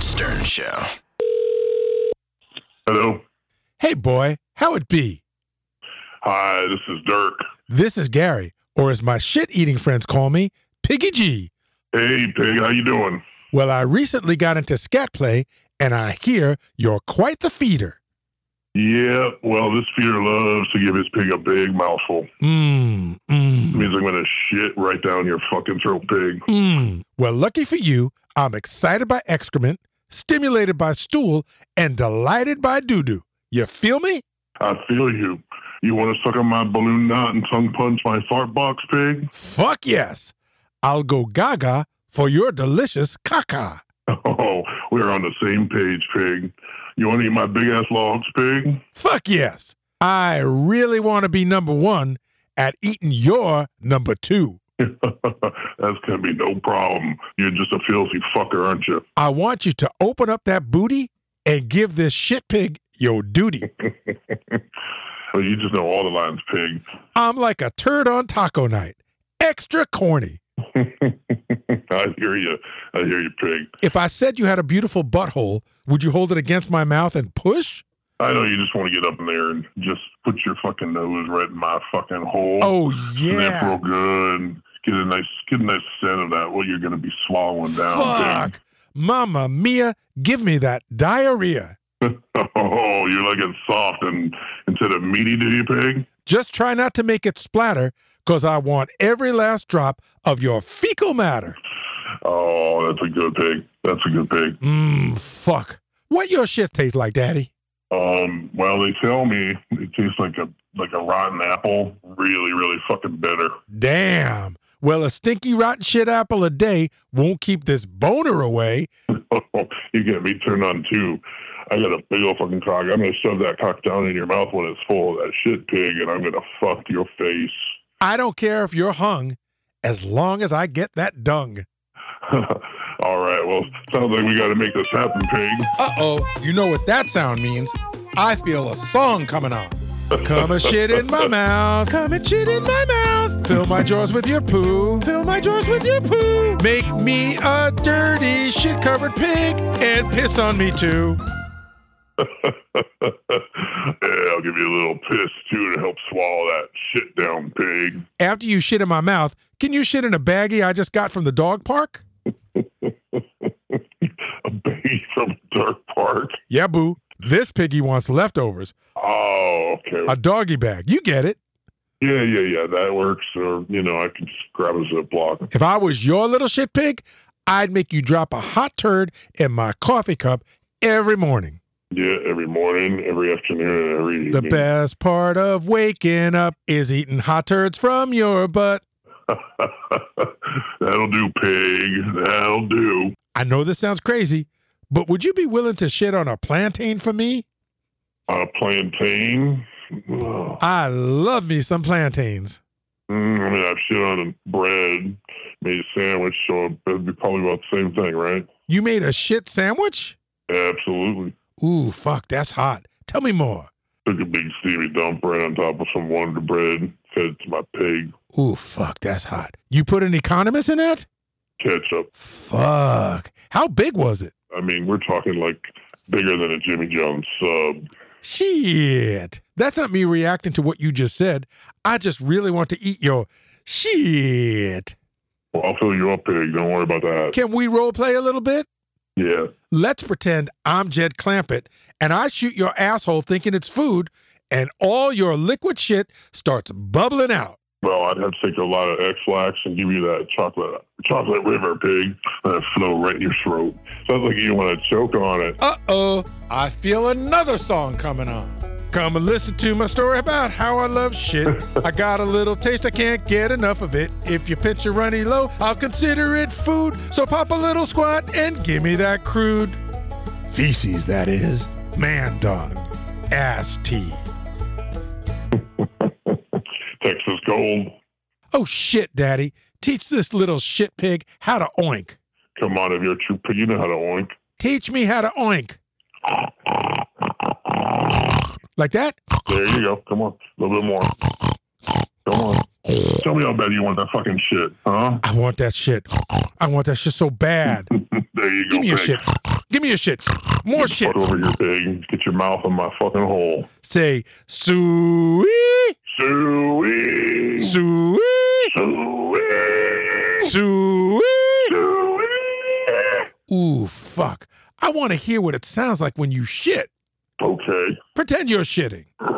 Stern Show. Hello. Hey, boy, how it be? Hi, this is Dirk. This is Gary, or as my shit eating friends call me, Piggy G. Hey, Pig, how you doing? Well, I recently got into scat play, and I hear you're quite the feeder. Yeah, well, this feeder loves to give his pig a big mouthful. Mmm, It mmm, means I'm gonna shit right down your fucking throat, pig. mmm. Well, lucky for you, I'm excited by excrement, stimulated by stool, and delighted by doo doo. You feel me? I feel you. You want to suck on my balloon knot and tongue punch my fart box, pig? Fuck yes. I'll go gaga for your delicious caca. Oh, we're on the same page, pig. You want to eat my big ass logs, pig? Fuck yes. I really want to be number one at eating your number two. That's gonna be no problem. You're just a filthy fucker, aren't you? I want you to open up that booty and give this shit pig your duty. Well, Oh, you just know all the lines, pig. I'm like a turd on taco night. Extra corny. I hear you. I hear you, pig. If I said you had a beautiful butthole, would you hold it against my mouth and push? I know you just want to get up in there and just put your fucking nose right in my fucking hole. Oh, and then yeah. feel good and get a nice get a nice scent of that. What you're gonna be swallowing down. Fuck. Mama Mia, give me that diarrhea. Pig. Oh, you like it soft and instead of meaty, do you, pig? Just try not to make it splatter, because I want every last drop of your fecal matter. Oh, that's a good pig. That's a good pig. Mmm, fuck. What your shit taste like, Daddy? Um, well, they tell me it tastes like a like a rotten apple, really, really fucking bitter. Damn. Well, a stinky, rotten shit apple a day won't keep this boner away. you get me turned on too. I got a big old fucking cock. I'm gonna shove that cock down in your mouth when it's full of that shit pig, and I'm gonna fuck your face. I don't care if you're hung, as long as I get that dung. All right, well, sounds like we got to make this happen, pig. Uh oh, you know what that sound means. I feel a song coming on. Come a shit in my mouth. Come and shit in my mouth. Fill my drawers with your poo. Fill my drawers with your poo. Make me a dirty shit covered pig and piss on me too. yeah, I'll give you a little piss too to help swallow that shit down, pig. After you shit in my mouth, can you shit in a baggie I just got from the dog park? A baby from a dark park. Yeah, boo. This piggy wants leftovers. Oh, okay. A doggy bag. You get it. yeah, yeah, yeah. That works. Or you know, I can just grab a ziploc. If I was your little shit pig, I'd make you drop a hot turd in my coffee cup every morning. Yeah, every morning, every afternoon, and every The evening. best part of waking up is eating hot turds from your butt. That'll do, pig. That'll do. I know this sounds crazy, but would you be willing to shit on a plantain for me? On a Uh, plantain. Ugh. I love me some plantains. Mm, I mean, I've shit on a bread, made a sandwich, so it'd be probably about the same thing, right? You made a shit sandwich? Absolutely. Ooh, fuck, that's hot. Tell me more. Took a big steamy dump right on top of some Wonder Bread, fed it to my pig, Ooh, fuck, that's hot. You put an economist in that? ketchup. Fuck. How big was it? I mean, we're talking like bigger than a Jimmy John's sub. Shit. That's not me reacting to what you just said. I just really want to eat your shit. Well, I'll fill you up, pig. Don't worry about that. Can we role play a little bit? Yeah. Let's pretend I'm Jed Clampett and I shoot your asshole thinking it's food and all your liquid shit starts bubbling out. Well, I'd have to take a lot of X-Lax and give you that chocolate chocolate river, pig. Let it flow right in your throat. Sounds like you want to choke on it. Uh oh, I feel another song coming on. Come and listen to my story about how I love shit. I got a little taste, I can't get enough of it. If you pinch a runny low, I'll consider it food. So pop a little squat and give me that crude. Feces, that is. Man dung. Ass tea. Texas Gold. Oh shit, daddy. Teach this little shit pig how to oink. Come on, if you're a true pig, you know how to oink. Teach me how to oink. Like that? There you go. Come on, a little bit more. Come on. Tell me how bad you want that fucking shit, huh? I want that shit. I want that shit so bad. There you go. Give me your pig. shit. Give Give me your shit. More shit. Fuck over your pig. Get your mouth in my fucking hole. Say, Suey, Suey. Suey, Suey. Suey. Suey. Ooh, fuck. I want to hear what it sounds like when you shit. Okay. Pretend you're shitting. Oh,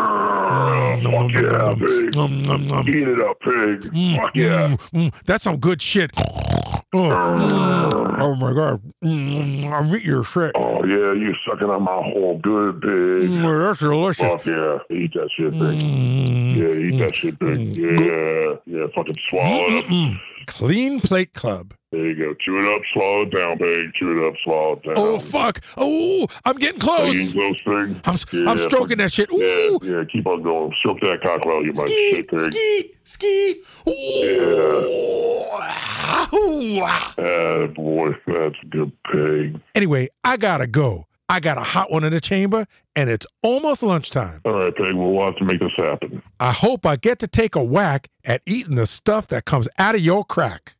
Fuck yeah, pig. Nom, nom, nom. Eat it up, pig. Mm, Fuck yeah. mm, mm. That's some good shit. Oh, mm. oh my god. Mm, mm, I'm eating your shit. Uh. Oh yeah, you sucking on my hole, good pig. Mm, that's delicious. Fuck yeah, eat that shit, pig. Mm, Yeah, eat mm, that shit, pig. Mm. Yeah, yeah, fucking swallow it up. mm, mm. Clean plate club. There you go. Chew it up, swallow it down, pig. Chew it up, swallow it down. Oh fuck. Oh, I'm getting Are close. Um, you those things? I'm, s- Yeah, I'm stroking that shit. Yeah, Ooh, yeah, keep on going. Stroke that cock while you might ski, shit, pig. ski, ski. Ooh. Ah, Ah, boy, that's a good pig. Anyway, I gotta go. I got a hot one in the chamber, and it's almost lunchtime. All right, pig, we'll have to make this happen. I hope I get to take a whack at eating the stuff that comes out of your crack.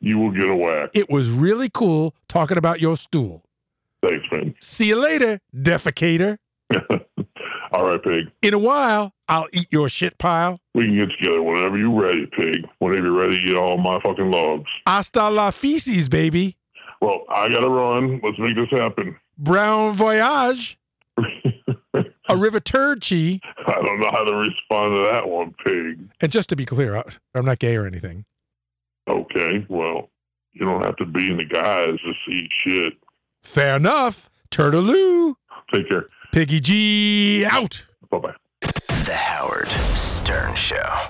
You will get a whack. It was really cool talking about your stool. Thanks, man. See you later, defecator. All right, pig. In a while, I'll eat your shit pile. We can get together whenever you're ready, pig. Whenever you're ready, eat all my fucking logs. Hasta la feces, baby. Well, I gotta run. Let's make this happen. Brown voyage. a river turchy. I don't know how to respond to that one, pig. And just to be clear, I, I'm not gay or anything. Okay, well, you don't have to be in the guys to see shit. Fair enough. Turtaloo. Take care. Piggy G out. Bye bye. The Howard Stern Show.